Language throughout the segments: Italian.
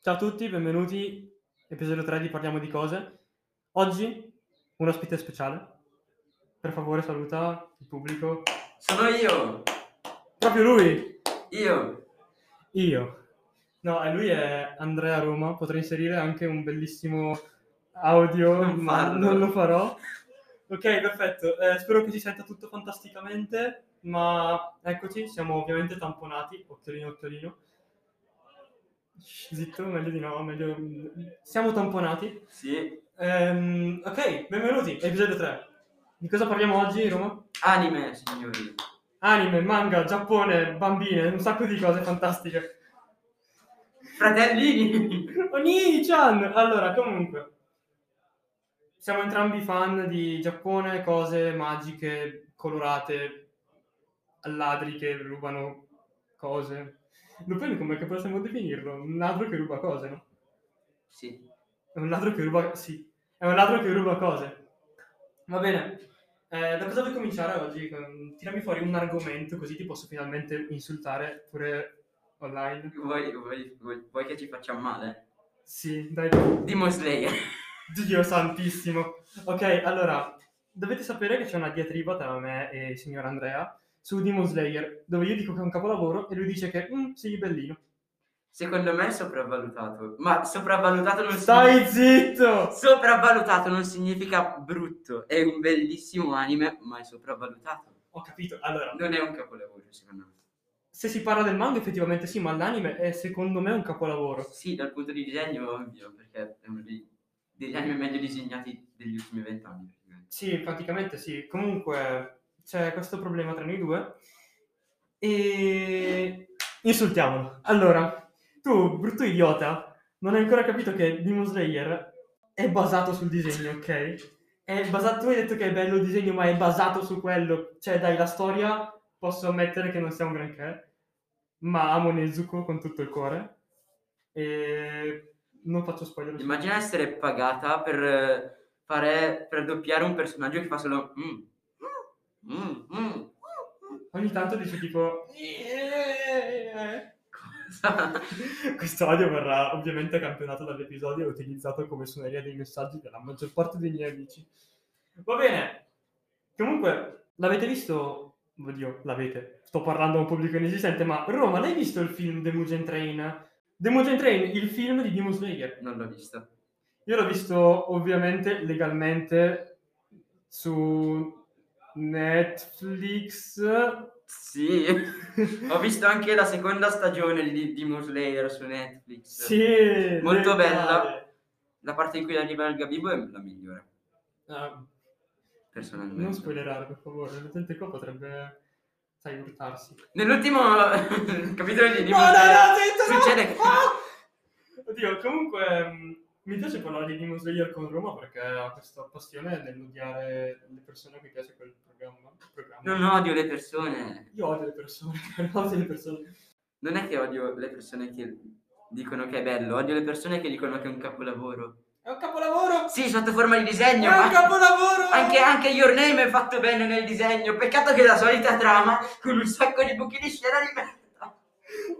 Ciao a tutti, benvenuti. Episodio 3 di Parliamo di cose. Oggi un ospite speciale. Per favore saluta il pubblico. Sono io, Proprio lui! io. Io. No, e lui è Andrea Roma. Potrei inserire anche un bellissimo audio, Non ma farlo. non lo farò. Ok, perfetto. Eh, spero che si senta tutto fantasticamente, ma eccoci, siamo ovviamente tamponati. Occhiolino, occhiolino. Shh, Zitto, meglio di no, meglio... Siamo tamponati. Sì. Ehm, ok, benvenuti, episodio 3. Di cosa parliamo oggi, Roma? Anime, signori. Anime, manga, Giappone, bambine, un sacco di cose fantastiche. Fratellini. Oni-chan! Allora, comunque, siamo entrambi fan di Giappone, cose magiche, colorate, ladri che rubano cose. Dipende come che possiamo definirlo, un ladro che ruba cose, no? Sì. È un ladro che ruba... sì, è un ladro che ruba cose. Va bene, Eh, da cosa vuoi cominciare oggi? Con- Tirami fuori un argomento così ti posso finalmente insultare pure online. Vuoi, vuoi- vuoi- vuoi che ci facciamo male? Sì, dai. Demon Slayer. Dio santissimo. Ok, allora, dovete sapere che c'è una diatriba tra me e il signor Andrea su Demon Slayer, dove io dico che è un capolavoro e lui dice che "Mm, sì, bellino. Secondo me è sopravvalutato. Ma sopravvalutato non Stai zitto! Sopravvalutato non significa brutto. È un bellissimo anime, ma è sopravvalutato. Ho capito. Allora, Non è un capolavoro, secondo me. se si parla del manga effettivamente sì, ma l'anime è secondo me un capolavoro. Sì, dal punto di disegno, ovvio, perché è uno dei- degli anime meglio disegnati degli ultimi vent'anni. praticamente. Sì, praticamente sì. Comunque c'è questo problema tra noi due e insultiamolo. Allora, tu, brutto idiota, non hai ancora capito che Demon Slayer è basato sul disegno, ok? È basato, tu hai detto che è bello il disegno, ma è basato su quello. Cioè, dai, la storia posso ammettere che non sia un granché, ma amo Nezuko con tutto il cuore. E non faccio spoiler. su- Immagina essere pagata per eh, fare per doppiare un personaggio che fa solo "Mm, mm, mm, mm". Ogni tanto dice tipo... Cosa? Questo audio verrà ovviamente campionato dall'episodio e utilizzato come suoneria dei messaggi della maggior parte dei miei amici. Va bene. Comunque, l'avete visto? Oddio, l'avete. Sto parlando a un pubblico inesistente, ma Roma, l'hai visto il film The Mugen Train? The Mugen Train, il film di Demon Slayer. Non l'ho visto. Io l'ho visto ovviamente legalmente su Netflix. Sì, ho visto anche la seconda stagione di Demon Slayer su Netflix. Sì, Molto legale. La parte in cui arriva il Gabibbo è la migliore, Ah, personalmente. Non spoilerare, per favore, l'utente qua potrebbe, sai, urtarsi. Nell'ultimo capitolo di No, Demon no, Slayer no, zitto, no! succede che- Oddio, comunque mh, mi piace parlare di Demon Slayer con Roma perché ha questa passione nell'odiare le persone a cui piace quel programma. programma. non odio le persone. Io odio le persone, odio le persone. Non è che odio le persone che dicono che è bello, odio le persone che dicono che è un capolavoro. È un capolavoro! Sì, sotto forma di disegno. ma capolavoro! Anche, anche Your Name è fatto bene nel disegno. Peccato che la solita trama con un sacco di buchi di scena di merda.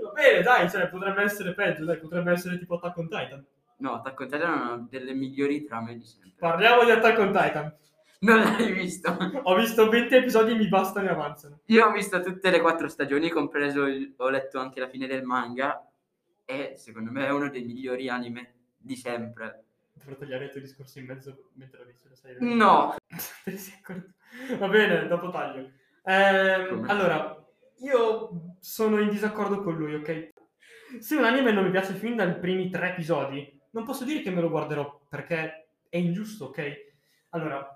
Va bene, dai, cioè, potrebbe essere peggio, dai, potrebbe essere tipo Attack on Titan. No, Attack on Titan è una delle migliori trame di sempre. Parliamo di Attack on Titan. Non l'hai visto? Ho visto 20 episodi e mi bastano e avanzano. Io ho visto tutte le quattro stagioni, compreso il- ho letto anche la fine del manga. E secondo me è uno dei migliori anime di sempre. Dovrò tagliare il tuo discorso in mezzo mentre lo dici, lo sai? vero? No, Te ne sei accorto? Va bene, dopo taglio. Ehm, Come? allora, io sono in disaccordo con lui, ok? Se un anime non mi piace fin dai primi tre episodi, non posso dire che me lo guarderò, perché è ingiusto, ok? Allora,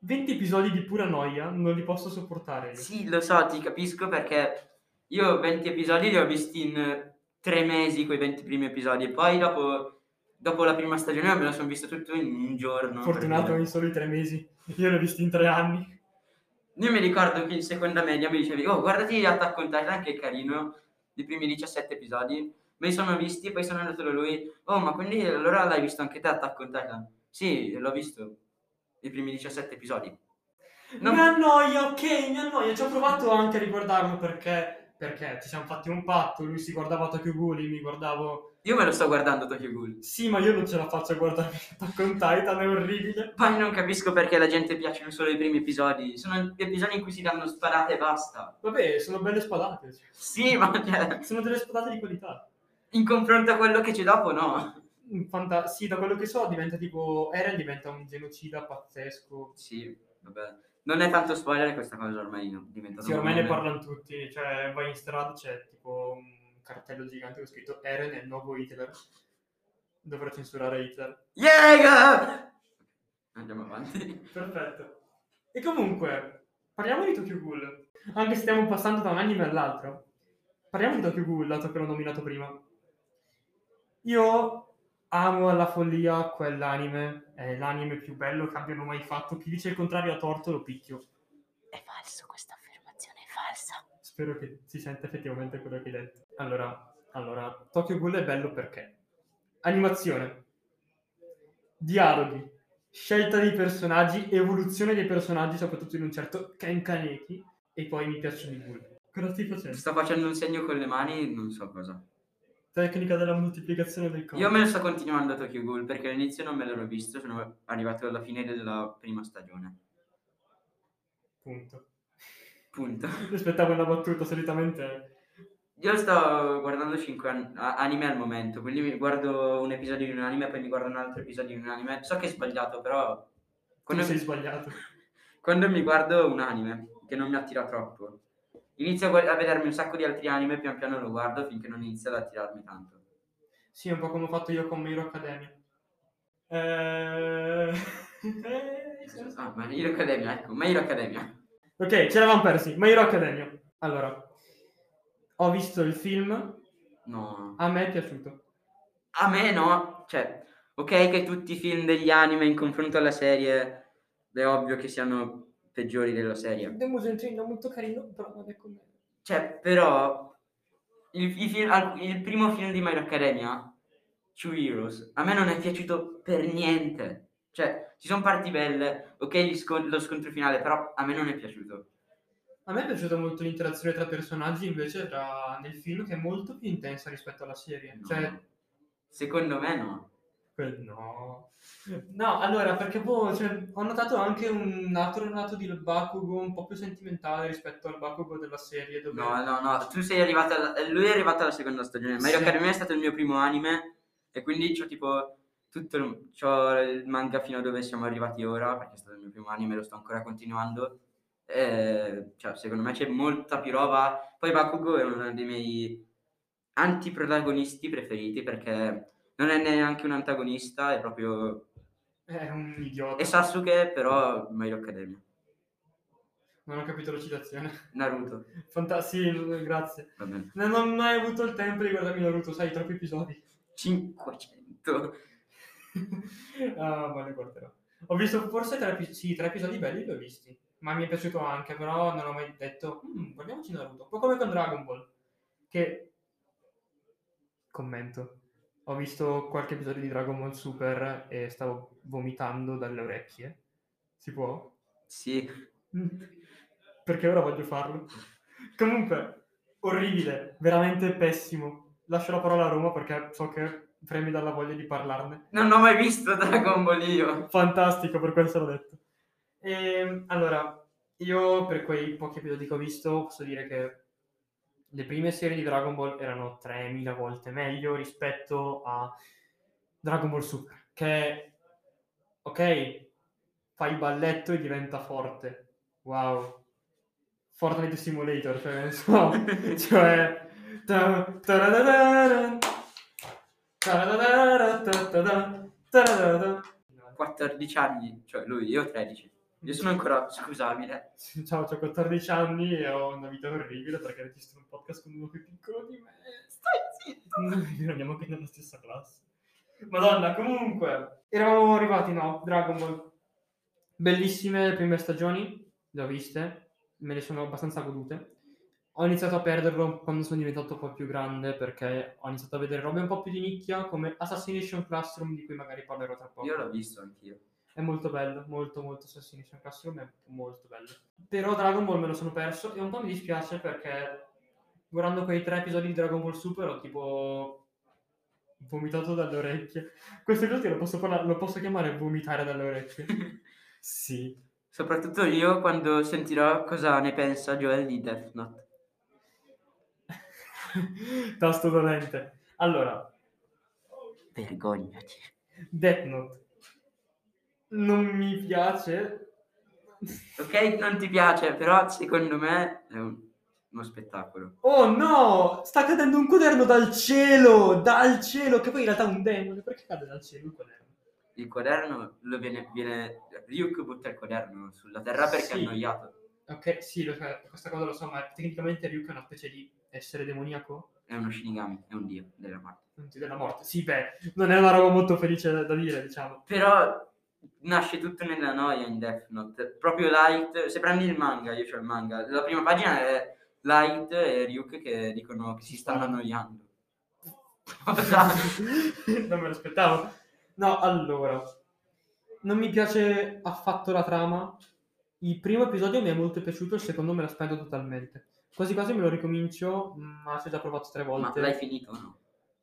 20 episodi di pura noia non li posso sopportare. io. sì, lo so, ti capisco perché io 20 episodi li ho visti in eh, tre mesi, quei 20 primi episodi, e poi dopo, dopo la prima stagione me la sono visto tutto in un giorno. Fortunato perché- in soli tre mesi, io l'ho visti in tre anni. Io mi ricordo che in seconda media mi dicevi, oh guardati Attack on Titan che è carino, i primi 17 episodi, me li sono visti e poi sono andato da lui, oh ma quindi allora l'hai visto anche te Attack on Titan? Sì, l'ho visto, i primi 17 episodi. No. Mi annoia, ok, mi annoia. Ci ho provato anche a riguardarlo perché perché ci siamo fatti un patto, lui si guardava Tokyo Ghoul, io mi guardavo... Io me lo sto guardando Tokyo Ghoul. Sì, ma io non ce la faccio a guardarmi Attack on Titan, è orribile. Poi non capisco perché la gente piacciono solo i primi episodi. Sono gli episodi in cui si danno sparate e basta. Vabbè, sono belle spadate, cioè. Sì, ma cioè, sono delle spadate di qualità. in confronto a quello che c'è dopo, no. Fanta- sì, da quello che so diventa tipo... Eren diventa un genocida pazzesco. Sì, vabbè. Non è tanto spoiler questa cosa ormai è diventata Sì, ormai ne un meme. parlano tutti, cioè vai in strada, c'è tipo un cartello gigante con scritto Eren è il nuovo Hitler. Dovrò censurare Hitler. Yeah! Andiamo avanti. Perfetto. E comunque, parliamo di Tokyo Ghoul. Anche se stiamo passando da un anime all'altro. Parliamo di Tokyo Ghoul, dato che l'ho nominato prima. Io amo alla follia quell'anime. È l'anime più bello che abbiano mai fatto. Chi dice il contrario a torto lo picchio. È falso, questa affermazione è falsa. Spero che si senta effettivamente quello che hai detto. Allora, allora, Tokyo Ghoul è bello perché animazione, dialoghi, scelta dei personaggi, evoluzione dei personaggi, soprattutto in un certo Ken Kaneki, e poi mi piacciono i ghoul. Cosa stai facendo? Sto facendo un segno con le mani, non so cosa. Tecnica della moltiplicazione del corpo. Io me lo sto continuando a Tokyo Ghoul perché all'inizio non me l'ero visto, sono arrivato alla fine della prima stagione. Punto. Punto. Mi aspettavo una battuta, solitamente... Io sto guardando 5 anime al momento, quindi mi guardo un episodio di un anime, poi mi guardo un altro episodio di un anime. So che è sbagliato, però Tu quando, sei sbagliato. quando mi guardo un anime che non mi attira troppo, inizio a, gu- a vedermi un sacco di altri anime, pian piano lo guardo finché non inizia ad attirarmi tanto. Sì, è un po' come ho fatto io con My Hero Academia. Eh... Ah, ma Hero Academia, ecco, ma Hero Academia. Ok, ce l'avamo persi. My Hero Academia. Allora, ho visto il film, No. a me è piaciuto. A me no, cioè, ok che tutti i film degli anime in confronto alla serie è ovvio che siano peggiori della serie. Demo Gentrino molto carino, però non è come... Cioè, però il, i film- al- il primo film di My Hero Academia, Two Heroes, a me non è piaciuto per niente. Cioè, ci sono parti belle, ok gli scon- lo scontro finale, però a me non è piaciuto. A me è piaciuta molto l'interazione tra personaggi, invece, tra... nel film, che è molto più intensa rispetto alla serie. No. Cioè, Secondo me no. quel- no... No, allora, perché boh, cioè, ho notato anche un altro lato di Bakugo un po' più sentimentale rispetto al Bakugo della serie, dove... No, no, no, tu sei arrivato alla... eh, lui è arrivato alla seconda stagione, Mario Sì. Academia è stato il mio primo anime e quindi c'ho tipo tutto il... c'ho il manga fino a dove siamo arrivati ora, perché è stato il mio primo anime, lo sto ancora continuando. Eh, cioè, secondo me c'è molta più roba. Poi Bakugo è uno dei miei antiprotagonisti preferiti perché non è neanche un antagonista, è proprio È un idiota. è Sasuke, però Mario Academia. Non ho capito la citazione. Naruto, Fanta- sì, grazie. va bene. No, Non, hai avuto il tempo di guardarmi Naruto, sai, troppi episodi. 500. ah, ma li guarderò. Ho visto forse tre, epi- sì, tre episodi belli, li ho visti. Ma mi è piaciuto anche, però non ho mai detto, "Mm, guardiamoci Naruto. Un po' come con Dragon Ball. Che... Commento. Ho visto qualche episodio di Dragon Ball Super e stavo vomitando dalle orecchie. Si può? Sì. Mm. Perché ora voglio farlo. Comunque, orribile, veramente pessimo. Lascio la parola a Roma perché so che premi dalla voglia di parlarne. Non ho mai visto Dragon Ball io. Fantastico, per questo l'ho detto. Ehm, allora, io per quei pochi episodi che ho visto posso dire che le prime serie di Dragon Ball erano 3000 volte meglio rispetto a Dragon Ball Super, che ok, fai il balletto e diventa forte. Wow. Fortnite Simulator, cioè, non so, cioè... ta- taradadaran, taradadara, ta-ta-da, taradada. 14 anni, cioè lui, io ho 13. Io sono ancora scusabile. Ciao, ho 14 anni e ho una vita orribile perché registro un podcast con uno più piccolo di me. Stai zitto. Noi andiamo anche nella stessa classe. Madonna, comunque, eravamo arrivati, no, Dragon Ball. Bellissime prime stagioni, le ho viste, me le sono abbastanza godute. Ho iniziato a perderlo quando sono diventato un po' più grande perché ho iniziato a vedere robe un po' più di nicchia come Assassination Classroom di cui magari parlerò tra poco. Io l'ho visto anch'io. È molto bello, molto molto Assassination Classroom è molto bello. Però Dragon Ball me lo sono perso e un po' mi dispiace perché guardando quei tre episodi di Dragon Ball Super ho tipo vomitato dalle orecchie. Questo episodio lo posso, parla- lo posso chiamare vomitare dalle orecchie. sì. Soprattutto io quando sentirò cosa ne pensa Joel di Death Note. Tasto dolente. Allora, Vergognati. Death Note. Non mi piace. Ok, non ti piace, però secondo me è un- uno spettacolo. Oh no! Sta cadendo un quaderno dal cielo! Dal cielo! Che poi in realtà è un demone. Perché cade dal cielo il quaderno? Il quaderno lo viene, viene Ryuk butta il quaderno sulla terra perché Sì. è annoiato. Ok, sì, lo- questa cosa lo so, ma tecnicamente Ryuk è una specie di essere demoniaco? È uno Shinigami, è un dio della morte. della morte. Sì, beh, non è una roba molto felice da, da dire, diciamo. Però nasce tutto nella noia in Death Note. Proprio Light, se prendi il manga, io ho il manga, la prima pagina è Light e Ryuk che dicono che si stanno annoiando. Cosa? non me l'aspettavo. No, allora, non mi piace affatto la trama. Il primo episodio mi è molto piaciuto, il secondo me lo spendo totalmente. Quasi quasi me lo ricomincio, ma ci ho già provato tre Ma volte. l'hai finito o no?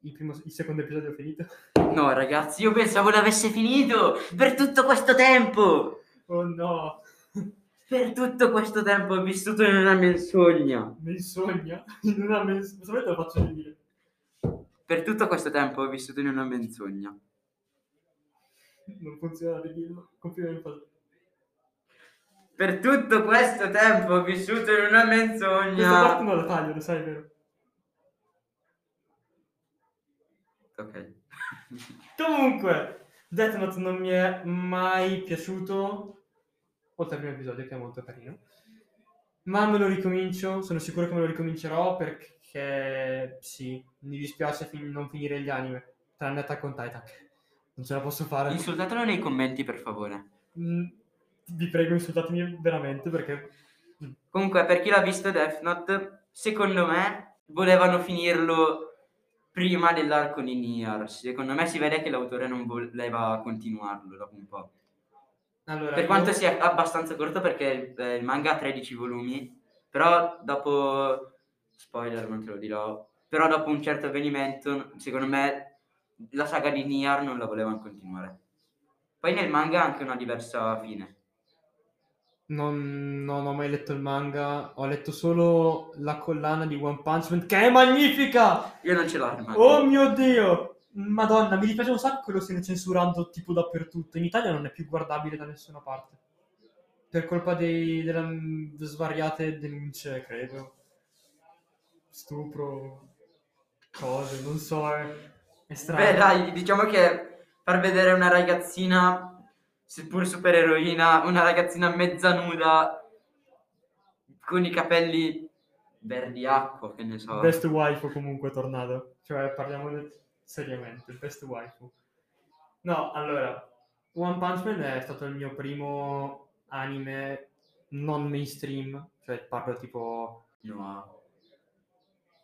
Il, primo- il secondo episodio è finito. No ragazzi, io pensavo l'avesse finito per tutto questo tempo. Oh no, Per tutto questo tempo ho vissuto in una menzogna. menzogna. In una mens- Solamente lo faccio dire. Per tutto questo tempo ho vissuto in una menzogna. Non funziona, dirlo. Continua in fase. Per tutto questo tempo ho vissuto in Questa una menzogna. parte non la taglio, lo sai, vero? Ok. Comunque, Death Note non mi è mai piaciuto, oltre al primo episodio che è molto carino, ma me lo ricomincio, sono sicuro che me lo ricomincerò perché sì, mi dispiace fin- non finire gli anime, tranne Attack on Titan, che non ce la posso fare. Insultatelo nei commenti per favore. Mm, Vi prego insultatemi veramente perché... Comunque, per chi l'ha visto Death Note, secondo me volevano finirlo prima dell'arco di Nier. Secondo me si vede che l'autore non voleva continuarlo dopo un po'. Allora, Per quanto sia abbastanza corto perché eh, il manga ha 13 volumi, però dopo... Spoiler, non te lo dirò. Però dopo un certo avvenimento, secondo me, la saga di Nier non la volevano continuare. Poi nel manga ha anche una diversa fine. Non, non ho mai letto il manga, ho letto solo la collana di One Punch Man, che è magnifica! Io non ce l'ho il manga. Oh mio dio! Madonna, mi dispiace un sacco che lo stiano censurando tipo dappertutto. In Italia non è più guardabile da nessuna parte. Per colpa dei, della, mh, svariate denunce, credo. Stupro, cose, non so. È, è strano. Beh, dai, diciamo che far vedere una ragazzina, seppur supereroina, una ragazzina mezza nuda con i capelli verdi acqua, che ne so. Best waifu comunque tornato. Cioè, parliamone seriamente, best waifu. No, allora, One Punch Man è stato il mio primo anime non mainstream, cioè parlo tipo... No.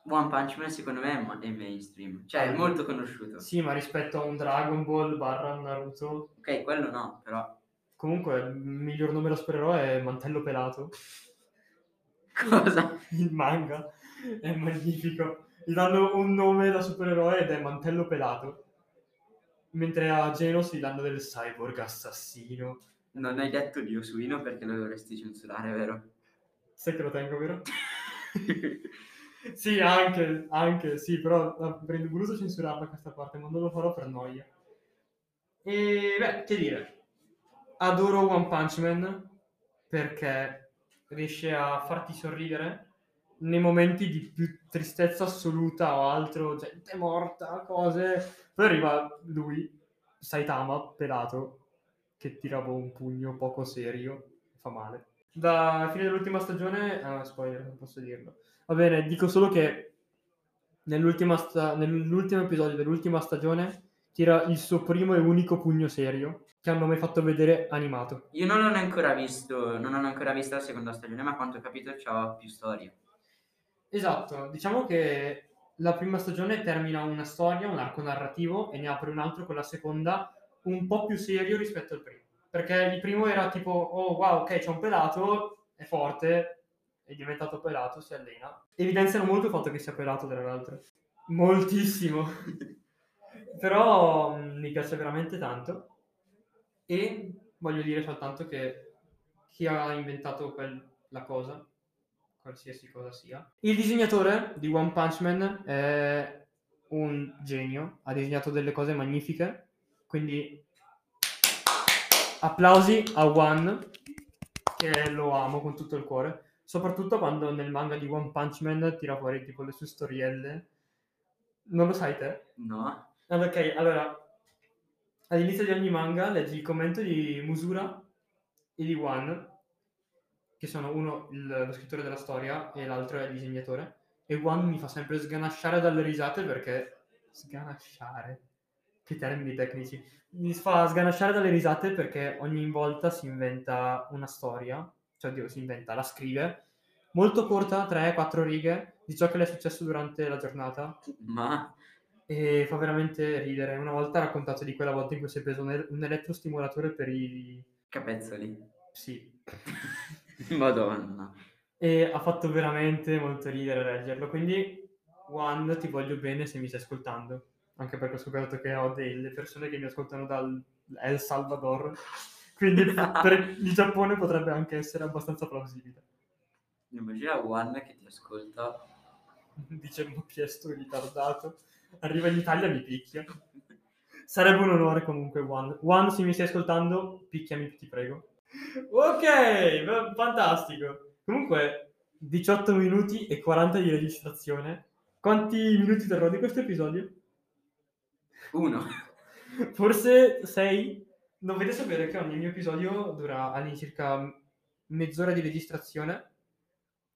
One Punch Man secondo me è, ma- è mainstream, cioè è Ah. molto conosciuto. Sì, ma rispetto a un Dragon Ball barra un Naruto, Ok, quello no, però. comunque il miglior nome lo spererò è Mantello Pelato, Cosa? il manga, è magnifico. Gli danno un nome da supereroe ed è Mantello Pelato. Mentre a Genos gli danno del cyborg assassino. Non hai detto di Osuino perché lo dovresti censurare, vero? Sai che lo tengo, vero? sì, anche, anche, sì, però ah, ho voluto censurarla questa parte, ma non lo farò per noia. E beh, che dire, adoro One Punch Man perché riesce a farti sorridere nei momenti di più tristezza assoluta o altro, gente morta, cose. Poi arriva lui, Saitama, pelato, che tira boh, un pugno poco serio, fa male da fine dell'ultima stagione ah spoiler non posso dirlo va bene dico solo che nell'ultima sta- nell'ultimo episodio dell'ultima stagione tira il suo primo e unico pugno serio che hanno mai fatto vedere animato Io non l'ho ancora visto, non ho ancora visto la seconda stagione, ma a quanto ho capito c'ha più storie. esatto diciamo che la prima stagione termina una storia un arco narrativo e ne apre un altro con la seconda un po' più serio rispetto al primo perché il primo era tipo oh wow ok c'è un pelato è forte è diventato pelato, si allena. Evidenziano molto il fatto che sia pelato, tra l'altro. Moltissimo. Però mm, mi piace veramente tanto. E voglio dire soltanto che chi ha inventato quel- la cosa, qualsiasi cosa sia, il disegnatore di One Punch Man è un genio, ha disegnato delle cose magnifiche, quindi applausi a One, che lo amo con tutto il cuore, soprattutto quando nel manga di One Punch Man tira fuori tipo le sue storielle. Non lo sai te? No. Allora, ok, allora, all'inizio di ogni manga leggi il commento di Musura e di Wan, che sono uno il- lo scrittore della storia e l'altro è il disegnatore, e Wan mi fa sempre sganasciare dalle risate perché... Sganasciare? Che termini tecnici. Mi fa sganasciare dalle risate perché ogni volta si inventa una storia, cioè Dio si inventa, la scrive, molto corta, 3-4 righe, di ciò che le è successo durante la giornata Ma... e fa veramente ridere. Una volta ha raccontato di quella volta in cui si è preso un, un elettrostimolatore per i... Capezzoli. Sì. Madonna. E ha fatto veramente molto ridere leggerlo. Quindi, Wanda, ti voglio bene se mi stai ascoltando. Anche perché ho scoperto che ho delle persone che mi ascoltano dal El Salvador. Quindi per il Giappone potrebbe anche essere abbastanza plausibile. Immagina One che ti ascolta. Dice un chiesto ritardato. Arriva in Italia e mi picchia. Sarebbe un onore comunque, Juan. Juan, se mi stai ascoltando, picchiami, ti prego. Ok, va- fantastico. Comunque, 18 minuti e 40 di registrazione. Quanti minuti terrò di questo episodio? Uno. Forse 6? Dovete sapere che ogni mio episodio dura all'incirca mezz'ora di registrazione.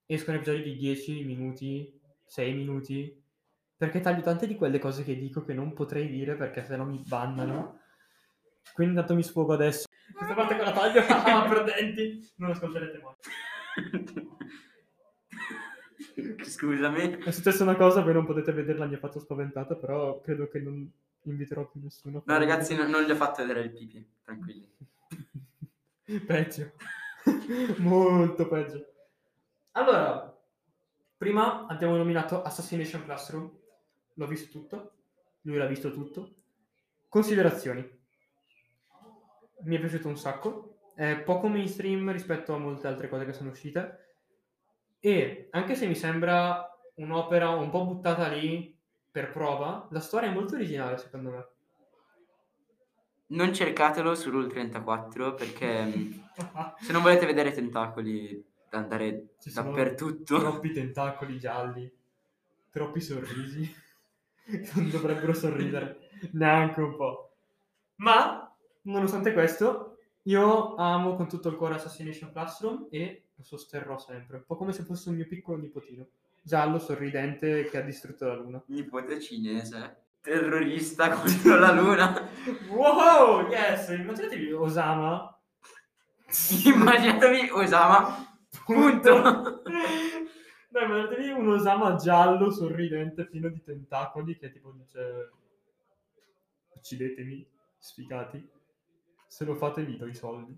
Escono episodi di 10 minuti, 6 minuti. Perché taglio tante di quelle cose che dico che non potrei dire perché sennò mi bannano. Quindi intanto mi sfogo adesso. Questa parte con la taglio, ah, perdenti, non ascolterete mai. Scusami. È successa una cosa, voi non potete vederla, mi ha fatto spaventata, però credo che non inviterò più nessuno. No ragazzi, no- non gli ho fatto vedere il pipì. Tranquilli. peggio molto peggio allora prima abbiamo nominato Assassination Classroom l'ho visto tutto lui l'ha visto tutto considerazioni mi è piaciuto un sacco è poco mainstream rispetto a molte altre cose che sono uscite e anche se mi sembra un'opera un po' buttata lì per prova la storia è molto originale secondo me Non cercatelo su Rule 34 perché mm, se non volete vedere tentacoli andare Ci sono dappertutto. troppi tentacoli gialli, troppi sorrisi. non dovrebbero sorridere neanche un po'. Ma, nonostante questo, io amo con tutto il cuore Assassination Classroom e lo sosterrò sempre, un po' come se fosse un mio piccolo nipotino, giallo, sorridente, che ha distrutto la luna. Nipote cinese. Terrorista contro la luna. Wow, yes! Immaginatevi Osama. Immaginatevi Osama. Punto. No, immaginatevi un Osama giallo, sorridente, pieno di tentacoli, che tipo dice... Uccidetemi, sfigati. Se lo fate vi do i soldi.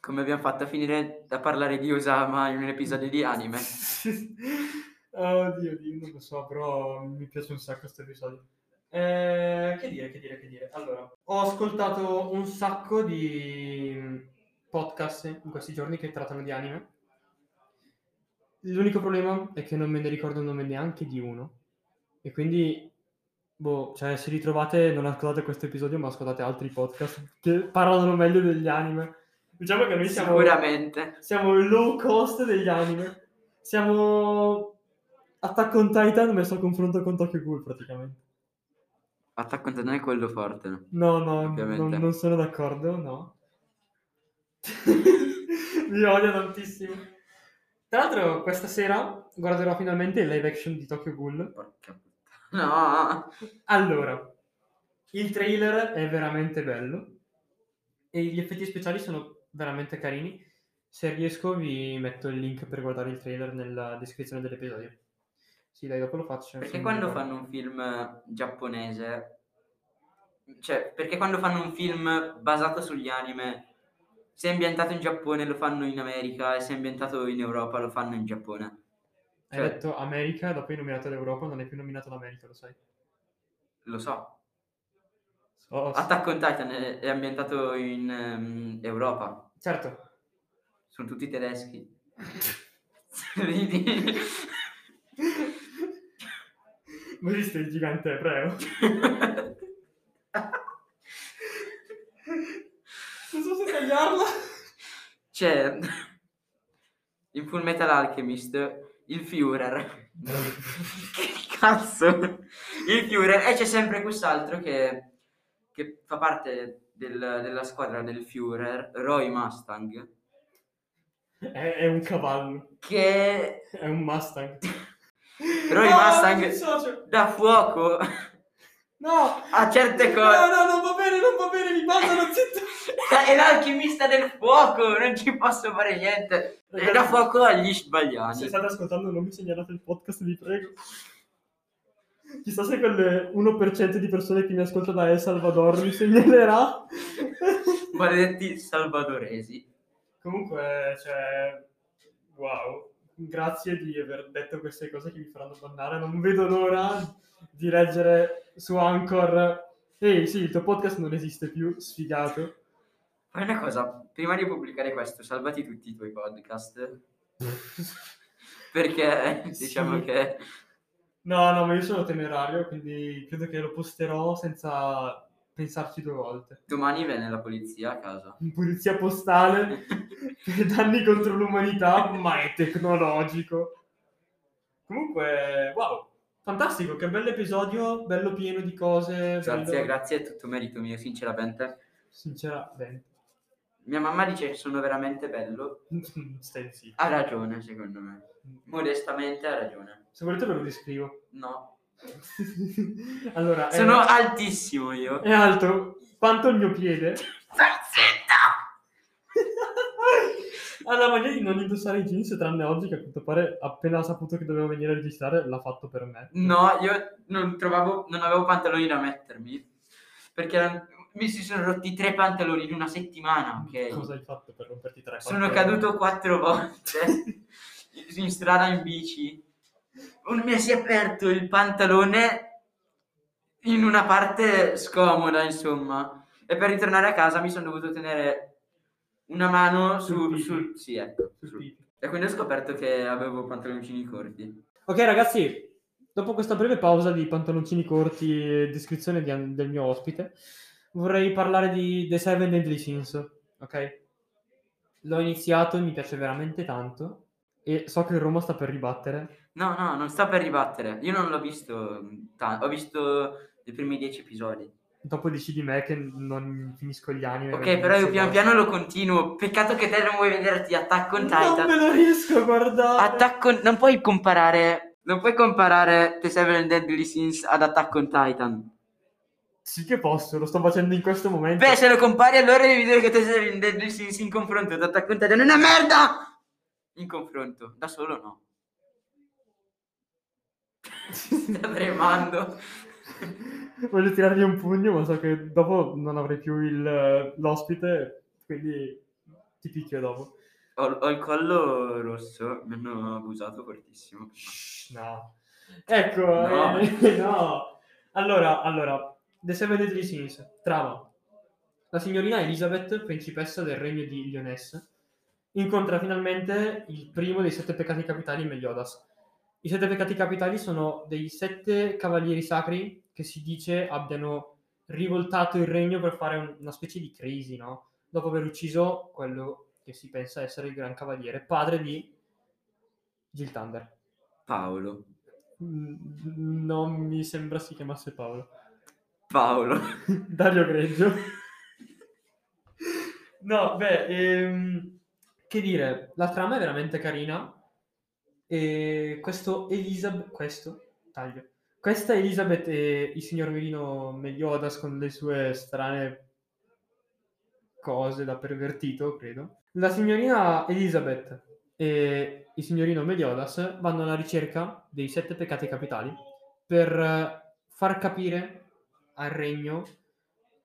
Come abbiamo fatto a finire da parlare di Osama in un episodio di anime. Ah, Oddio, Dio, non lo so, però mi piace un sacco questo episodio. Eh, che dire, che dire, che dire. Allora, ho ascoltato un sacco di podcast in questi giorni che trattano di anime. L'unico problema è che non me ne ricordo il nome neanche di uno. E quindi, boh, cioè, se li trovate, non ascoltate questo episodio, ma ascoltate altri podcast che parlano meglio degli anime. Diciamo che noi siamo... Sicuramente. Siamo il low cost degli anime. Siamo Attack on Titan messo a confronto con Tokyo Ghoul praticamente. Attacco non è quello forte. No, no, Ovviamente. non, non sono d'accordo, no. Mi odio tantissimo. Tra l'altro questa sera guarderò finalmente il live action di Tokyo Ghoul. Porca puttana. No. Allora, il trailer è veramente bello e gli effetti speciali sono veramente carini. Se riesco vi metto il link per guardare il trailer nella descrizione dell'episodio. Sì, dai, dopo lo faccio. se Perché mi quando ricordo. fanno un film giapponese, cioè, perché quando fanno un film basato sugli anime, se è ambientato in Giappone lo fanno in America e se è ambientato in Europa lo fanno in Giappone. Hai Cioè- detto America, dopo hai nominato l'Europa, non hai più nominato l'America, lo sai. Lo so. So- Attack on Titan è, è ambientato in ehm, Europa. certo. Sono tutti tedeschi. Ridi. Ma esiste il gigante ebreo? Non so se tagliarla. C'è in Full Metal Alchemist il Führer. che cazzo? Il Führer. E c'è sempre quest'altro che, che fa parte del- della squadra del Führer, Roy Mustang, È, è un cavallo, che è un Mustang. Però i No, cioè, Mustang- mi dissocio. dà fuoco No! a certe No, cose. no, non va bene, non va bene, mi bastano zitto. È l'alchimista del fuoco, non ci posso fare niente. E dà fuoco agli Se sbagliati. state ascoltando non mi segnalate il podcast, vi prego. Chissà se quel 1% di persone che mi ascolta da El Salvador mi segnalerà. Maledetti salvadoresi. Comunque, cioè, wow, grazie di aver detto queste cose che mi faranno bannare. Non vedo l'ora di leggere su Anchor. Ehi, sì, il tuo podcast non esiste più, sfigato. Fai una cosa, prima di pubblicare questo, salvati tutti i tuoi podcast. Perché Sì. diciamo che No, no, ma io sono temerario, quindi credo che lo posterò senza pensarci due volte. domani viene la polizia a casa. In Polizia postale per danni contro l'umanità, ma è tecnologico. Comunque, wow, fantastico, che bel episodio, bello pieno di cose. Grazie, bello- grazie, è tutto merito mio, sinceramente. Sinceramente, Mia mamma dice che sono veramente bello. stai sì. Ha ragione, secondo me. Modestamente ha ragione. Se volete ve lo descrivo. No. allora, è- Sono altissimo io. è alto quanto il mio piede. Stai zitta! Alla maniera Ah, di non indossare i jeans, tranne oggi che a quanto pare appena ha saputo che dovevo venire a registrare, l'ha fatto per me. No, io non trovavo, non avevo pantaloni da mettermi. Perché erano- mi si sono rotti tre pantaloni in una settimana, ok? Cosa hai fatto per romperti tre Sono quattro- caduto quattro volte in strada in bici. Un- Mi si è aperto il pantalone in una parte scomoda, insomma. E per ritornare a casa mi sono dovuto tenere una mano su, Sul sul- sì, ecco, sul sul- piede. E quindi ho scoperto che avevo pantaloncini corti. Ok, ragazzi, dopo questa breve pausa di pantaloncini corti e descrizione di- del mio ospite, vorrei parlare di The Seven Deadly Sins. Ok? L'ho iniziato, mi piace veramente tanto. E so che il Roma sta per ribattere. No, no, non sta per ribattere. Io non l'ho visto tanto. Ho visto i primi dieci episodi. Dopo dici di me che non finisco gli anime. Ok, però io pian piano lo continuo. Peccato che te non vuoi vederti Attack on Titan. Non me lo riesco a guardare. Attack on- Non puoi comparare. Non puoi comparare The Seven Deadly Sins ad Attack on Titan. Sì che posso, lo sto facendo in questo momento. Beh, se lo compari allora devi dire che The Seven Deadly Sins in confronto ad Attack on Titan è una merda! In confronto, da solo no. Sta tremando. Voglio tirargli un pugno, ma so che dopo non avrei più il, eh, l'ospite, quindi ti picchio dopo. Ho, ho il collo rosso, mi hanno abusato fortissimo. Shh, No. Ecco, No. eh, no. Allora, allora, The Seven Deadly Sins, trama. La signorina Elizabeth, principessa del regno di Lyonesse, incontra finalmente il primo dei sette peccati capitali, Meliodas. I sette peccati capitali sono dei sette cavalieri sacri che si dice abbiano rivoltato il regno per fare un- una specie di crisi, no? Dopo aver ucciso quello che si pensa essere il gran cavaliere, padre di Giltander. Paolo. Mm, Non mi sembra si chiamasse Paolo. Paolo. Dario Greggio. No, beh, ehm, che dire, la trama è veramente carina. E questo Elisabeth, questo, taglio. Questa Elisabeth e il signor Melino Meliodas con le sue strane cose da pervertito, credo. La signorina Elisabeth e il signorino Meliodas vanno alla ricerca dei sette peccati capitali per eh, far capire al regno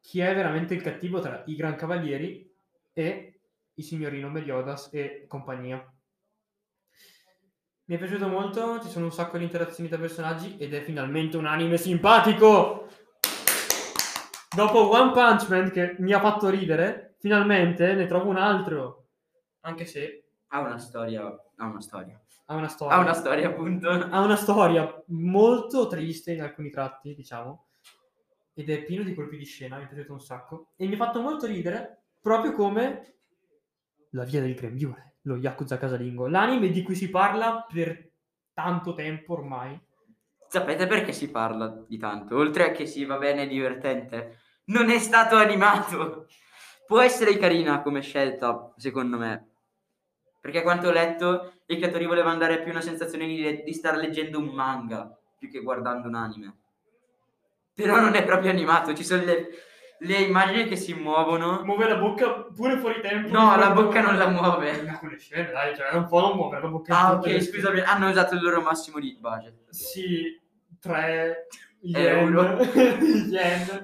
chi è veramente il cattivo tra i Gran Cavalieri e il signorino Meliodas e compagnia. Mi è piaciuto molto, ci sono un sacco di interazioni tra personaggi ed è finalmente un anime simpatico! Dopo One Punch Man che mi ha fatto ridere, finalmente ne trovo un altro. Anche se Ha una storia, ha una storia. ha una storia. Ha una storia, appunto. ha una storia molto triste in alcuni tratti, diciamo, ed è pieno di colpi di scena, mi è piaciuto un sacco, e mi ha fatto molto ridere, proprio come La via del grembiule, lo Yakuza casalingo, l'anime di cui si parla per tanto tempo ormai. Sapete perché si parla di tanto? Oltre a che sì, va bene, è divertente. Non è stato animato. Può essere carina come scelta, secondo me. Perché a quanto ho letto, il creatore voleva andare più una sensazione di, di star leggendo un manga più che guardando un anime. Però non è proprio animato, ci sono le, le immagini che si muovono. Muove la bocca pure fuori tempo. No, la bocca non la muove. In alcune scene, dai, cioè non può non muovere la bocca. in Ah, tutte le ok, scene. scusami, hanno usato il loro massimo di budget. Sì, 3 Euro. yen.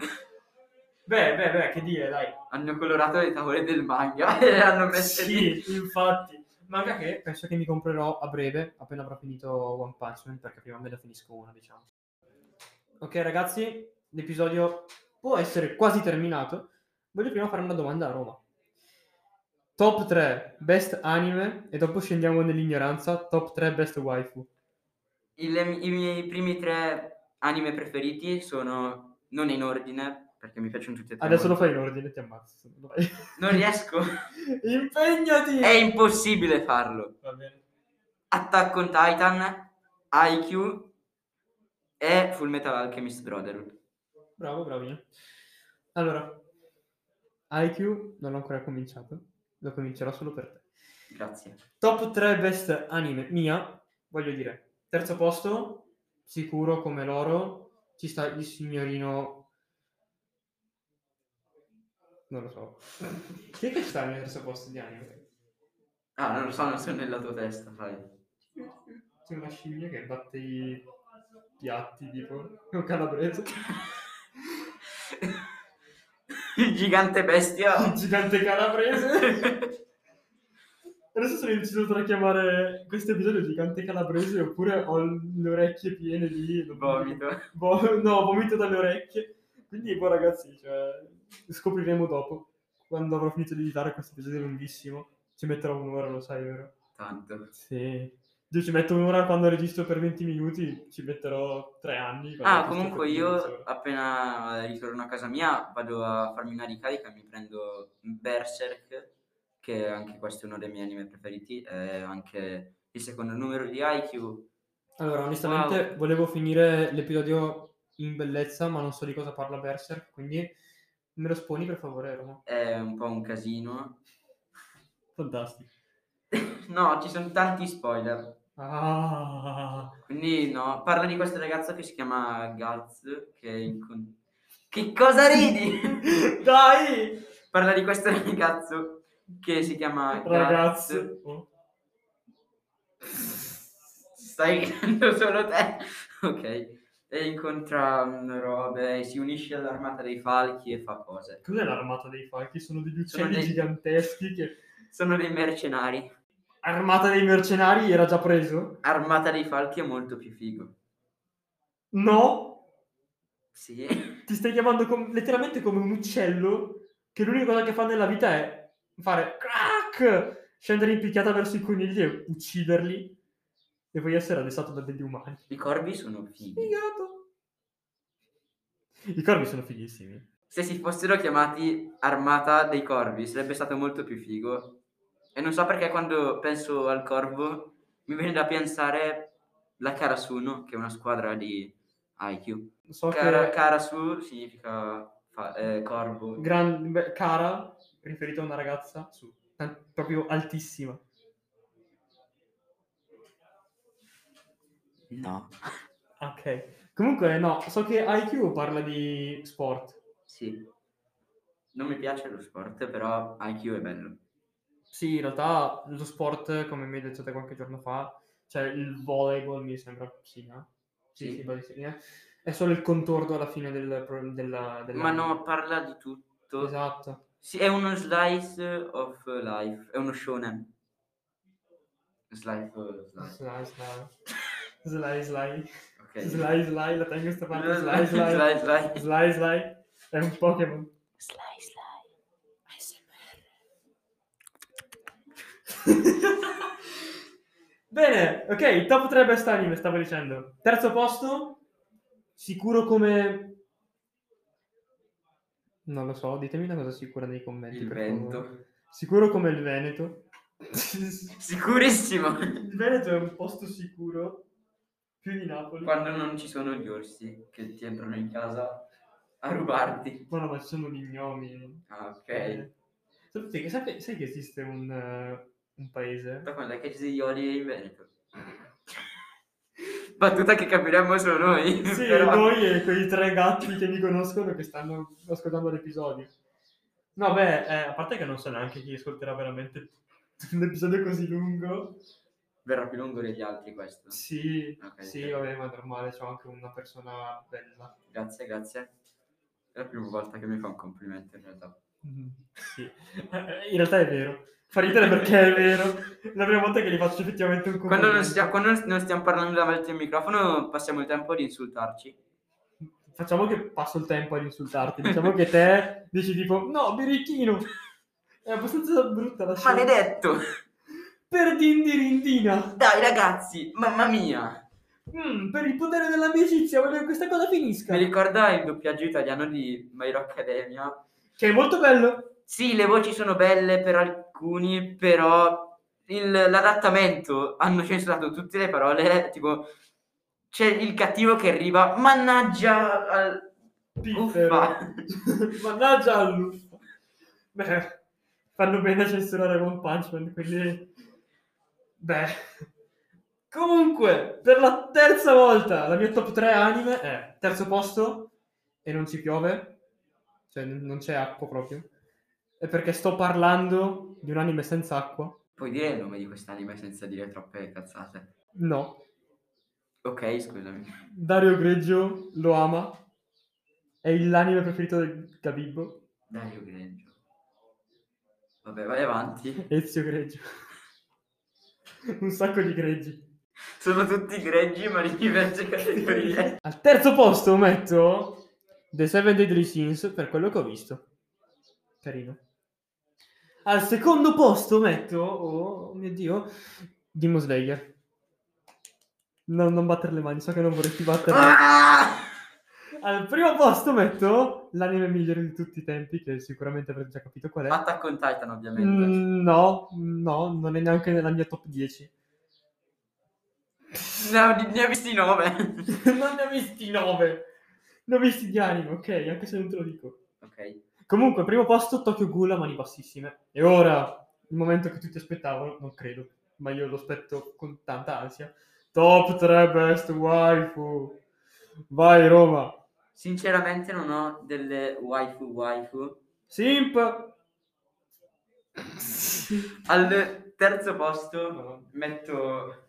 Beh, beh, beh, che dire, dai. Hanno colorato le tavole del manga e le hanno messe lì. Sì, infatti. Manga che penso che mi comprerò a breve, appena avrò finito One Punch Man, perché prima me la finisco una, diciamo. Ok, ragazzi, l'episodio può essere quasi terminato. Voglio prima fare una domanda a Roma. Top 3 best anime, e dopo scendiamo nell'ignoranza, top 3 best waifu. Il- I miei primi tre anime preferiti sono non in ordine, perché mi piacciono tutti e tre. Adesso lo molto. fai in ordine, ti ammazzo. se no lo fai. Non riesco, Impegnati! è impossibile farlo. Va bene. Attack on Titan, IQ e Full Metal Alchemist Brotherhood. Bravo, bravino. Allora, IQ non l'ho ancora cominciato, lo comincerò solo per te. Grazie. Top 3 best anime mia, voglio dire, terzo posto, sicuro come loro, ci sta il signorino... Non lo so. Chi è che sta nel terzo posto di anime? Ah, non lo so, non sono nella tua testa, sai. C'è una scimmia che batte i piatti, tipo, un calabrese. Il gigante bestia. Un gigante calabrese. Adesso sono indeciso tra chiamare questo episodio gigante calabrese oppure ho le orecchie piene di Vomito. Vo- no, vomito dalle orecchie. Quindi, boh, ragazzi, cioè, scopriremo dopo. Quando avrò finito di editare questo episodio lunghissimo, ci metterò un'ora, lo sai, vero? Tanto. Sì. Io ci metto un'ora quando registro per 20 minuti, ci metterò tre anni. quando Ah, registro comunque per io mezz'ora. appena ritorno a casa mia vado a farmi una ricarica e mi prendo Berserk, che anche questo è uno dei miei anime preferiti, e anche il secondo numero di IQ. Allora, onestamente, Wow. volevo finire l'episodio in bellezza, ma non so di cosa parla Berserk, quindi me lo sponi per favore, Roma. È un po' un casino. Fantastico. no, ci sono tanti spoiler. Ah, Quindi no, parla di questo ragazzo che si chiama Gaz, che è in con- Che cosa ridi? Dai! parla di questo ragazzo che si chiama Gaz. Ragazzi. Oh. Stai ridendo solo te. Ok. E incontra mm, robe, si unisce all'armata dei falchi e fa cose. Cos'è l'armata dei falchi? Sono degli Sono uccelli dei- giganteschi che... Sono dei mercenari. Armata dei mercenari era già preso? Armata dei falchi è molto più figo. No! Sì. Ti stai chiamando com- letteralmente come un uccello che l'unica cosa che fa nella vita è fare crack! Scendere in picchiata verso i conigli e ucciderli. E poi essere addestrato da degli umani. I corvi sono fighi. Figato! I corvi sono fighissimi. Se si fossero chiamati armata dei corvi sarebbe stato molto più figo. E non so perché quando penso al corvo mi viene da pensare la Karasuno, che è una squadra di IQ. So Cara, che Karasu significa fa- eh, corvo. gran- beh, cara, riferito a una ragazza, su, tan- proprio altissima. No. Ok. Comunque, no, so che IQ parla di sport. Sì. Non mi piace lo sport, però anch'io è bello. Sì, in realtà lo sport, come mi hai detto te qualche giorno fa, cioè il volleyball mi sembra, sì, no? Sì, Sì. sì, volley- sì, eh. È solo il contorno alla fine del, pro- della, della- Ma no, parla di tutto. Esatto. Sì, è uno slice of life, è uno shonen. Slice of life. Slide, slide. Slide, slide. Ok. Slide, slide, la tengo sta parte. Slide, slide. Slice, slice. Slide, slide. È un Pokémon. Sly Sly. ASMR. Bene, ok, top 3 best anime, stavo dicendo. Terzo posto, sicuro come... Non lo so, ditemi una cosa sicura nei commenti. Il per favore. vento. Sicuro come il Veneto. Sicurissimo. il Veneto è un posto sicuro più di Napoli. Quando non ci sono gli orsi che ti entrano in casa a rubarti. No, no, ma ci sono gli gnomi. Ah, ok. Sapete che- sape- sai che esiste un, eh, un paese? Da quando è che ci si ioli in Veneto? Battuta che capiremmo solo noi. Sì, però- noi e quei tre gatti che mi conoscono che stanno ascoltando l'episodio. No, beh, eh, a parte che non so neanche chi ascolterà veramente un episodio così lungo. Verrà più lungo degli altri questo. Sì, Ok, sì, ok. vabbè, ma è normale, c'ho anche una persona bella. Grazie, grazie. È la prima volta che mi fa un complimento in realtà. Mhm, Sì. Eh, In realtà è vero. Fa ridere perché è vero. È La prima volta che gli faccio effettivamente un complimento. Quando non, stia- quando non stiamo parlando davanti al microfono passiamo il tempo di insultarci. Facciamo che passo il tempo ad insultarti. Diciamo che te dici tipo, no, birichino. È abbastanza brutta la scena. Maledetto! Per dindirindina. Dai ragazzi, mamma mia! Mm, per il potere dell'amicizia, voglio che questa cosa finisca. Mi ricorda il doppiaggio italiano di My Hero Academia Che è molto bello. Sì, le voci sono belle per alcuni, però il- l'adattamento hanno censurato tutte le parole, tipo c'è il cattivo che arriva, mannaggia al... Piffero. Mannaggia all'uffa. Beh, fanno bene a censurare One Punch Man, quindi... Beh. Comunque, per la terza volta, la mia top 3 anime è terzo posto e non ci piove, cioè n- non c'è acqua proprio, è perché sto parlando di un anime senza acqua. Puoi dire il nome di quest'anime senza dire troppe cazzate. No, Ok, scusami. Dario Greggio lo ama, è il- l'anime preferito del Gabibbo, Dario Greggio. Vabbè, vai avanti. Ezio Greggio. un sacco di greggi. Sono tutti greggi, ma di diverse categorie. Al terzo posto metto The Seven Deadly Sins per quello che ho visto. Carino. Al secondo posto metto, oh mio dio, Demon Slayer. No, non battere le mani, so che non vorresti batterle. Ah! Al primo posto metto l'anime migliore di tutti i tempi, che sicuramente avrete già capito qual è. Attack on Titan, ovviamente. Eh? Mm, No, no, non è neanche nella mia top 10. Ne, ne ha visti nove. non ne ho visti 9. Ne ho visti di anime, ok, anche se non te lo dico. ok. Comunque, primo posto Tokyo Ghoul a mani bassissime. E ora, il momento che tutti aspettavano, non credo, ma io lo aspetto con tanta ansia. Top 3 best waifu. Vai Roma. Sinceramente non ho delle waifu waifu. Simp. Al terzo posto metto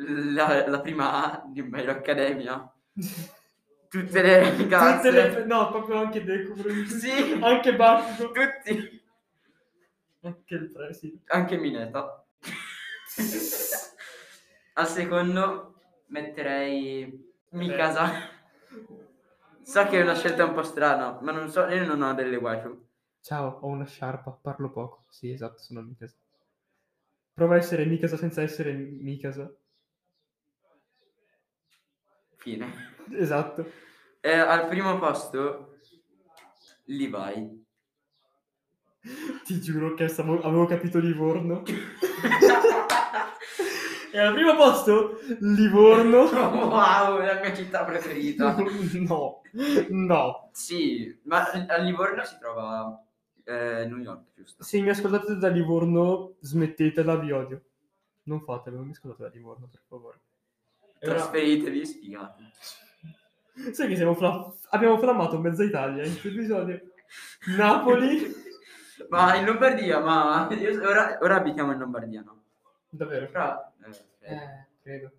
la, la prima A di My Hero Academia. Tutte le Tutte ragazze. le... No, proprio anche Decubro. Sì. Anche Bakugo. Tutti. Anche il 3, sì. Anche Mineta. Al secondo metterei Mikasa. So che è una scelta un po' strana, ma non so, io non ho delle waifu. Ciao, ho una sciarpa, parlo poco. Sì, esatto, sono Mikasa. Prova a essere Mikasa senza essere Mikasa. Fine. Esatto. Eh, al primo posto Levi. Ti giuro che stavo- avevo capito Livorno. E al primo posto, Livorno. wow, è la mia città preferita. No, no. Sì, ma a Livorno si trova eh, New York, giusto? Se mi ascoltate da Livorno, smettetela, vi odio. Non fatelo, non mi ascoltate da Livorno, per favore. E ora- Trasferitevi, sfigati. Sai che siamo fla- abbiamo flammato mezza Italia in questo episodio. Napoli. ma in Lombardia, ma io- ora, ora abitiamo in Lombardia, no? Eh, Davvero? Eh, Però, eh, credo.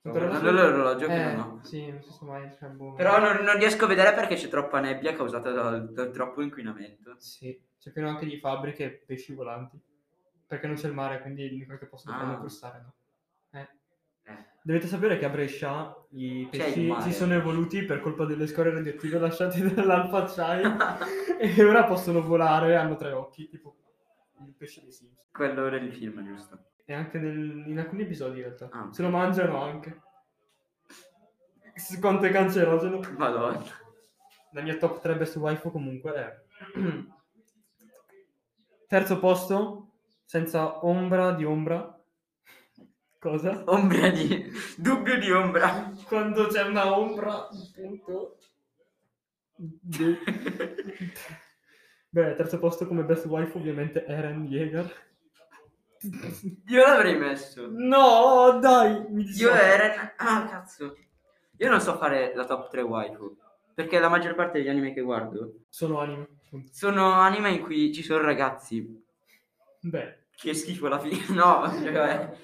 Non ho l'orologio, però eh, no. Sì, non si sa mai. cioè, boh. Però non, non riesco a vedere perché c'è troppa nebbia causata dal, dal troppo inquinamento. Sì, c'è pieno anche di fabbriche e pesci volanti. Perché non c'è il mare, quindi l'unico che possono fare Ah. è crostare, no? Eh. Eh. Dovete sapere che a Brescia i C'è il pesci mare. si sono evoluti per colpa delle scorie radioattive lasciate dall'alfacciaio e ora possono volare, hanno tre occhi, tipo il pesce dei Sims. Quello del film, giusto? E anche nel- in alcuni episodi in realtà. Ah. Se lo mangiano anche. S- Quanto è cancerogeno. Madonna. La mia top 3 best waifu comunque è... Terzo posto, senza ombra di ombra. Cosa? Ombra di... Dubbio di ombra. Quando c'è una ombra, appunto... di- Beh, terzo posto come best waifu ovviamente Eren Yeager. Io l'avrei messo. No, dai, mi Io dispiace. Eren... Ah, cazzo. Io non so fare la top 3 waifu. Perché la maggior parte degli anime che guardo Sono anime, appunto. sono anime in cui ci sono ragazzi. Beh, Che schifo la fine. No, cioè...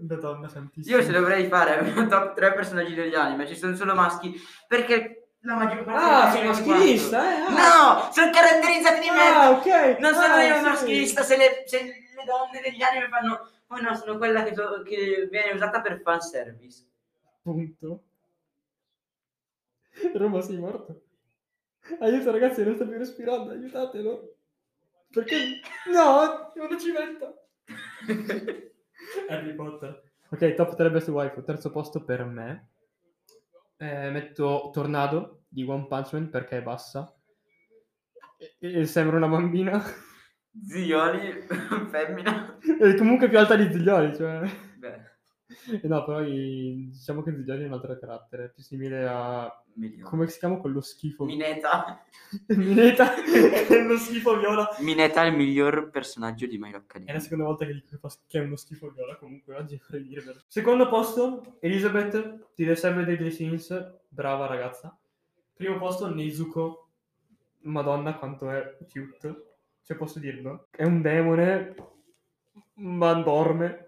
Madonna santissima. Io se dovrei fare una top 3 personaggi degli anime, ci sono solo maschi, perché la maggior parte... Ah, degli sei anime che maschilista, eh? guardo- ah. No, sono caratterizzati di merda! Ah, ok. Non sono Ah, io un sì. maschilista, se le, se le donne degli anime fanno... Oh no, sono quella che, so- che viene usata per fanservice. Punto. Roma sei morto. Aiuto ragazzi, non sto più respirando, aiutatelo. Perché? No, è una civetta. Harry Potter. Ok, top 3 best waifu, terzo posto per me. Eh, metto Tornado di One Punch Man perché è bassa. E- e sembra una bambina. Zioli, femmina. E comunque è più alta di Ziglioli, cioè... Beh, Eh No, però i- diciamo che Ziglioli è un altro carattere, è più simile a... meglio. Come si chiama quello schifo? Mineta. Mineta è uno schifo viola. Mineta è il miglior personaggio di My Hero È Academia. la seconda volta che dico che fa- che è uno schifo viola, comunque oggi vorrei dire vero. Secondo posto, Elizabeth, di The Seven Deadly Sins, brava ragazza. Primo posto, Nezuko. Madonna quanto è cute. Cioè, posso dirlo? È un demone, ma dorme.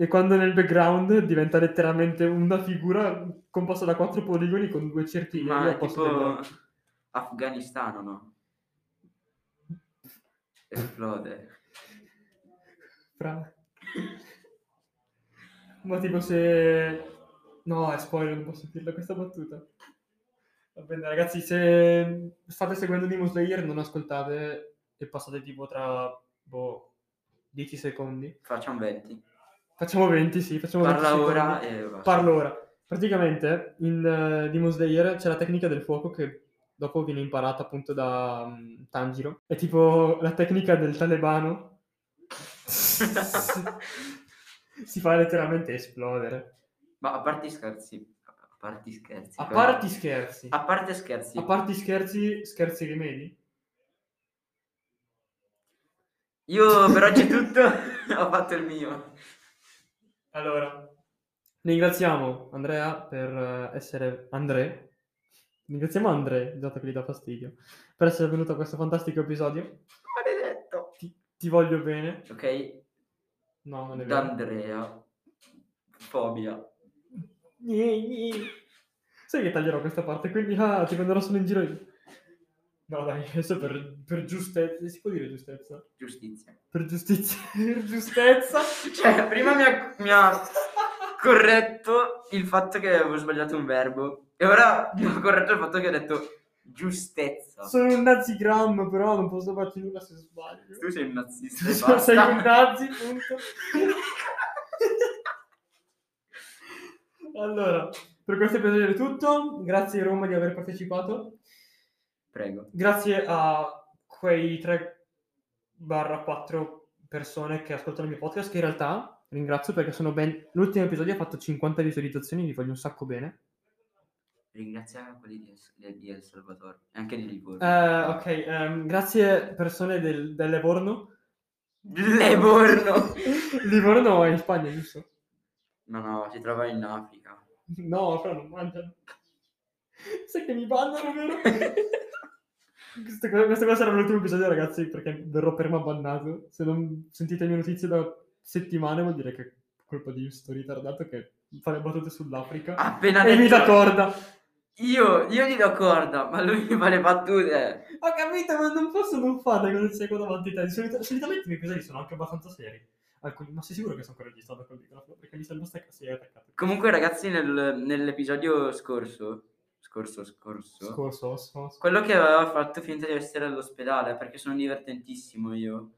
E quando è nel background diventa letteralmente una figura composta da quattro poligoni con due certini Ma al è posto degli tipo occhi. Afghanistano, no? Esplode. Fra. Ma tipo se... No, è spoiler, non posso dirla questa battuta. Va bene, ragazzi, se state seguendo Demon Slayer non ascoltate e passate tipo tra, boh, 10 secondi. Facciamo 20. Facciamo 20, sì, facciamo 20 Parla secondi. ora e basta. Parlo ora. Praticamente in eh, Demon Slayer c'è la tecnica del fuoco che dopo viene imparata appunto da mm, Tanjiro. È tipo la tecnica del talebano. si fa letteralmente esplodere. Ma a parte i scherzi. A parte i scherzi. A però- parte i scherzi, A parte scherzi. a parte i scherzi, scherzi rimedi. Io per oggi è tutto. Ho fatto il mio. Allora, ringraziamo Andrea per eh, essere André. Ringraziamo André, dato che gli dà fastidio, per essere venuto a questo fantastico episodio. Maledetto. Ti, ti voglio bene. Ok. No, non è Da vero. Andrea. Fobia. Gni, gni. Sai che taglierò questa parte, quindi ah, ti prenderò solo in giro io. No, dai, adesso per, per giustezza, si può dire giustezza? Giustizia. Per giustizia, per giustezza. Cioè, prima mi ha, mi ha corretto il fatto che avevo sbagliato un verbo. E ora mi ha corretto il fatto che ho detto giustezza. Sono un nazigram, però non posso farci nulla se sbaglio. Tu sei un nazista. e Sei sei un basta. nazi, punto. allora, per questo episodio è tutto. Grazie Roma di aver partecipato. Prego. Grazie a quei 3 barra 4 persone che ascoltano il mio podcast, che in realtà ringrazio perché sono ben... L'ultimo episodio ha fatto 50 visualizzazioni, vi voglio un sacco bene. Ringraziamo quelli di, El- di El Salvador e anche di Livorno. Eh, ok, ehm, grazie persone del, del Livorno. Livorno! Livorno è in Spagna, giusto? No, no, si trova in Africa. No, però non mangiano. Sai che mi bannano, vero? questo, qua- questo qua sarà l'ultimo episodio, ragazzi, perché verrò permabannato. Se non sentite le mie notizie da settimane vuol dire che è colpa di sto ritardato che fa le battute sull'Africa. Appena e detto- mi dà corda. Io, io gli do corda, ma lui mi fa le battute. Ho capito, ma non posso non farle quando sei qua davanti a te. Solita- solitamente i miei episodi sono anche abbastanza seri. Alcuni, ma sei sicuro che sono ancora registrato col microfono? Perché mi sembra che si è attaccato. Comunque, ragazzi, nel- nell'episodio scorso, scorso, scorso, Scorso, scorso. quello che aveva fatto finta di essere all'ospedale perché sono divertentissimo io.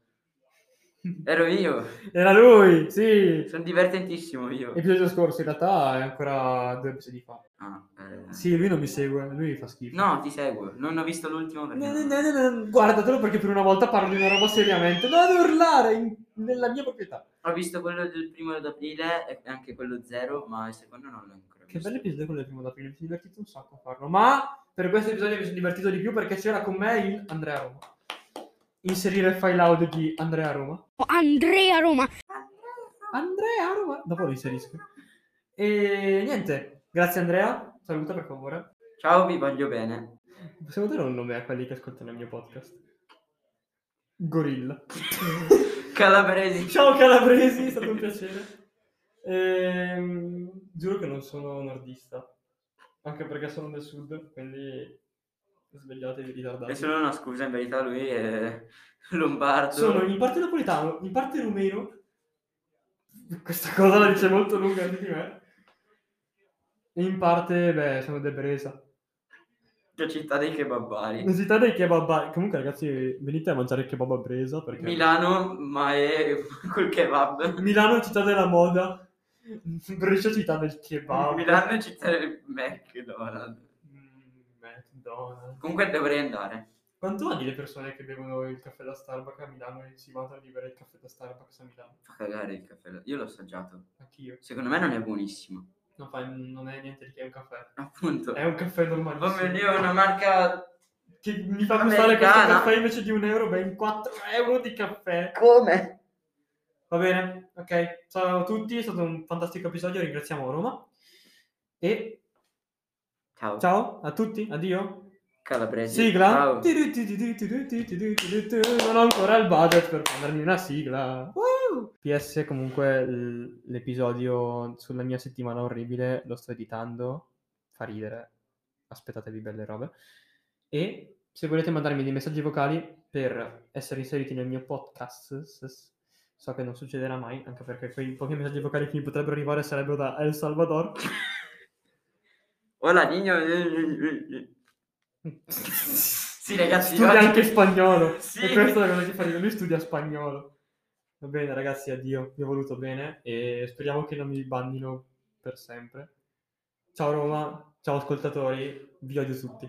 Ero io, Era lui, sì. sono divertentissimo io. Episodio scorso, in realtà è ancora due episodi fa. Ah, eh. Sì, lui non mi segue, lui fa schifo. No, ti seguo, non ho visto l'ultimo perché. No, non- no, no, no, no, Guardatelo perché per una volta parlo di una roba seriamente. Non urlare in- nella mia proprietà. Ho visto quello del primo d'aprile e anche quello zero, ma il secondo non l'ho ancora Che visto. bello episodio quello del primo d'aprile, mi sono divertito un sacco a farlo. Ma per questo episodio mi sono divertito di più perché c'era con me il Andrea Roma. Inserire il file audio di Andrea Roma. Andrea Roma. Andrea Roma! Dopo lo inserisco. E niente, grazie Andrea, saluta per favore. Ciao, vi voglio bene. Possiamo dare un nome a quelli che ascoltano il mio podcast? Gorilla. Calabresi. Ciao Calabresi, è stato un piacere. Ehm, giuro che non sono nordista, anche perché sono del sud, quindi svegliatevi È ritardati. solo una scusa, in verità lui è lombardo. Sono in parte napoletano, in parte rumeno. Questa cosa la dice molto lunga di me. E in parte, beh, sono del Bresa. La città dei kebabari. La città dei kebab. a- Comunque, ragazzi, venite a mangiare il kebab a Bresa perché Milano, ma è col kebab. Milano è città della moda. Brescia è città del kebab. Milano è città del McDonald's. Mm, McDonald's. Comunque dovrei andare. Quanto hanno le persone che bevono il caffè da Starbucks a Milano e si vanno a bere il caffè da Starbucks a Milano? Fa cagare il caffè. Io l'ho assaggiato. Anch'io. Secondo me non è buonissimo. Non, fa- non è niente di che è un caffè. Appunto. È un caffè normalissimo. Come dire, una marca... Che mi fa costare questo Americana. caffè invece di un euro, ben 4 euro di caffè. Come? Va bene, ok. Ciao a tutti, è stato un fantastico episodio, ringraziamo Roma. E Ciao. ciao a tutti, addio. Calabresi. Sigla. Ciao. Non ho ancora il budget per prendermi una sigla. PS comunque l- l'episodio sulla mia settimana orribile lo sto editando. Fa ridere. Aspettatevi belle robe. E se volete mandarmi dei messaggi vocali per essere inseriti nel mio podcast, s- s- so che non succederà mai, anche perché quei pochi messaggi vocali che mi potrebbero arrivare sarebbero da El Salvador. Hola, niño. Sì, ragazzi. studia oggi- anche spagnolo. Sì. E questo è quello che fa ridere, Lui studia spagnolo. Va bene, ragazzi, addio. Vi ho voluto bene e speriamo che non mi bannino per sempre. Ciao Roma, ciao ascoltatori, vi odio tutti.